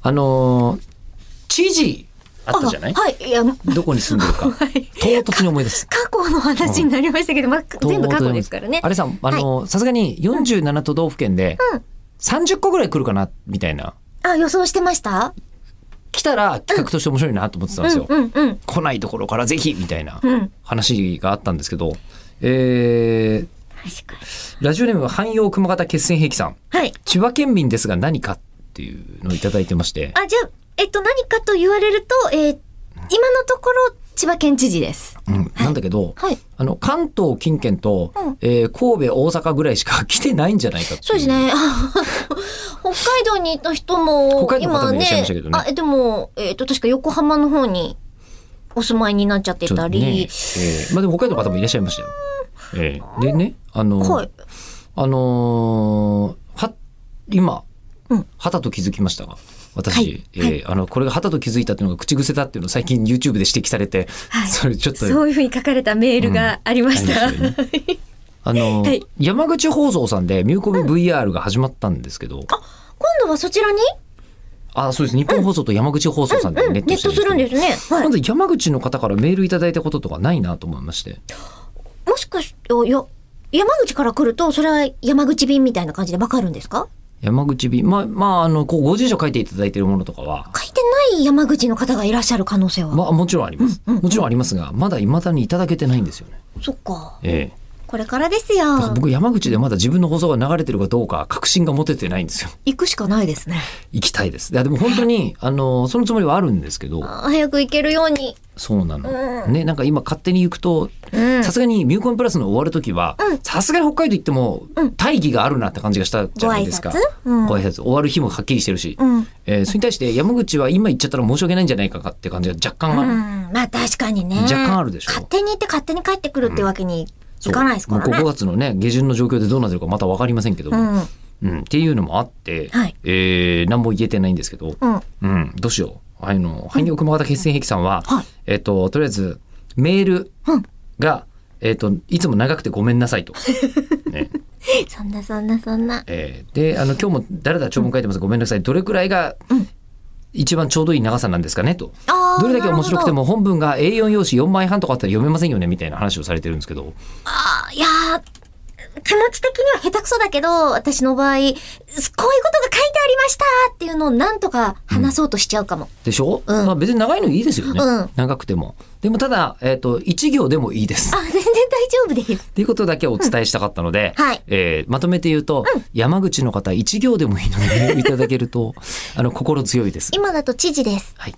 あのー知事あったじゃないはい、いや、過どこに住んでるか、唐突に思い出す。去の話になりましたけど、まあ、全部過去ですからねあ。れさ、あのーさすがに47都道府県でうん30個ぐらい来るかなみたいな。あ、予想してました来たら企画として面白いなと思ってたんうですんよ。うんうん。来ないところからぜひみたいなうん。話があったんですけど、えー、確かに。ラジオネームは汎用熊型決戦兵器さん。はい。千葉県民ですが何かっていうのをいただいてまして。あ、じゃあ、えっと、何かと言われると、えー今のところ、千葉県知事です。うん、なんだけど、はい。あの、関東近県と、うんえー神戸、大阪ぐらいしか来 てないんじゃないかっていうそうです。ね。 北海道にいた人も、北海道の方もいらっしゃいましたけどね今あ、えでも、えっと、確か横浜の方にお住まいになっちゃってちょったとり、ねえーまあでも北海道の方もいらっしゃいましたよ。えーでね、あの、はい。あのーは、今、うんはたと気づきましたが、私、はいえーあの、これがはたと気づいたっていうのが口癖だっていうのを最近 YouTube で指摘されて、は いそれちょっと、そういうふうに書かれたメールがありました。ありましあのーはい山口放送さんでミューコブ VR が始まったんですけど、 今度はそちらに、あ、そうです。日本放送と山口放送さんでうん、ネッネトッしてトするんですね。はいま。ず山口の方からメールいただいたこととかないなと思いまして。もしかして、いや、山口から来ると、それは山口便みたいな感じでわかるんですか山口便。まあ、まあ、あの、こう、ご住所書いていただいているものとかは、書いてない山口の方がいらっしゃる可能性は。まあ、もちろんあります。うんうんもちろんありますが、まだ未だにいただけてないんですよね。そっか。ええ。これからですだからよ。僕、山口でまだ自分の放送が流れてるかどうか、確信が持ててないんですよ。 行くしかないですね。行きたいです。いや、でも本当に、あの、そのつもりはあるんですけど、あ早く行けるように。そうなの。うんね、なんか今、勝手に行くと、うんさ。すがにミューコンプラスの終わるときはうん、さすがに北海道行ってもうん、大義があるなって感じがしたじゃごない挨ですか拶。うん。ご挨拶終わる日もはっきりしてるし、うん。えーそれに対して山口は今言っちゃったら申し訳ないんじゃないかかって感じが若干ある、うんまあ確かにね。若干あるでしょ勝手に行って勝手に帰ってくるってわけにいそうかないですからもうね5。月のね下旬の状況でどうなってるかまた分かりませんけどうも、うんん。っていうのもあって、はいえー何も言えてないんですけど、うん。うん、どうしようあの汎用熊型決戦兵器さんは、はいえっ、ととりあえずメールうんが、えっといつも長くてごめんなさ いと。ねそんなそんなそんな。えーであの今日も誰だ長文書いてますごめんなさいどれくらいがうん一番ちょうどいい長さなんですかねと。あーどれだけ面白くて。なるほども本文が A4 用紙4枚半とかあったら読めませんよねみたいな話をされてるんですけどあーいやー気持ち的には下手くそだけど、私の場合、こういうことが書いてありましたっていうのをなんとか話そうとしちゃうかも。でしょ、うんまあ、別に長いのいいですよね、うん長くてもでもただ、えー、と1行でもいいですっあ、全然大丈夫です。ていうことだけお伝えしたかったので、うんはいえーまとめて言うと、山口の方1行でもいいのでいただけるとあの心強いです。今だと知事です。はい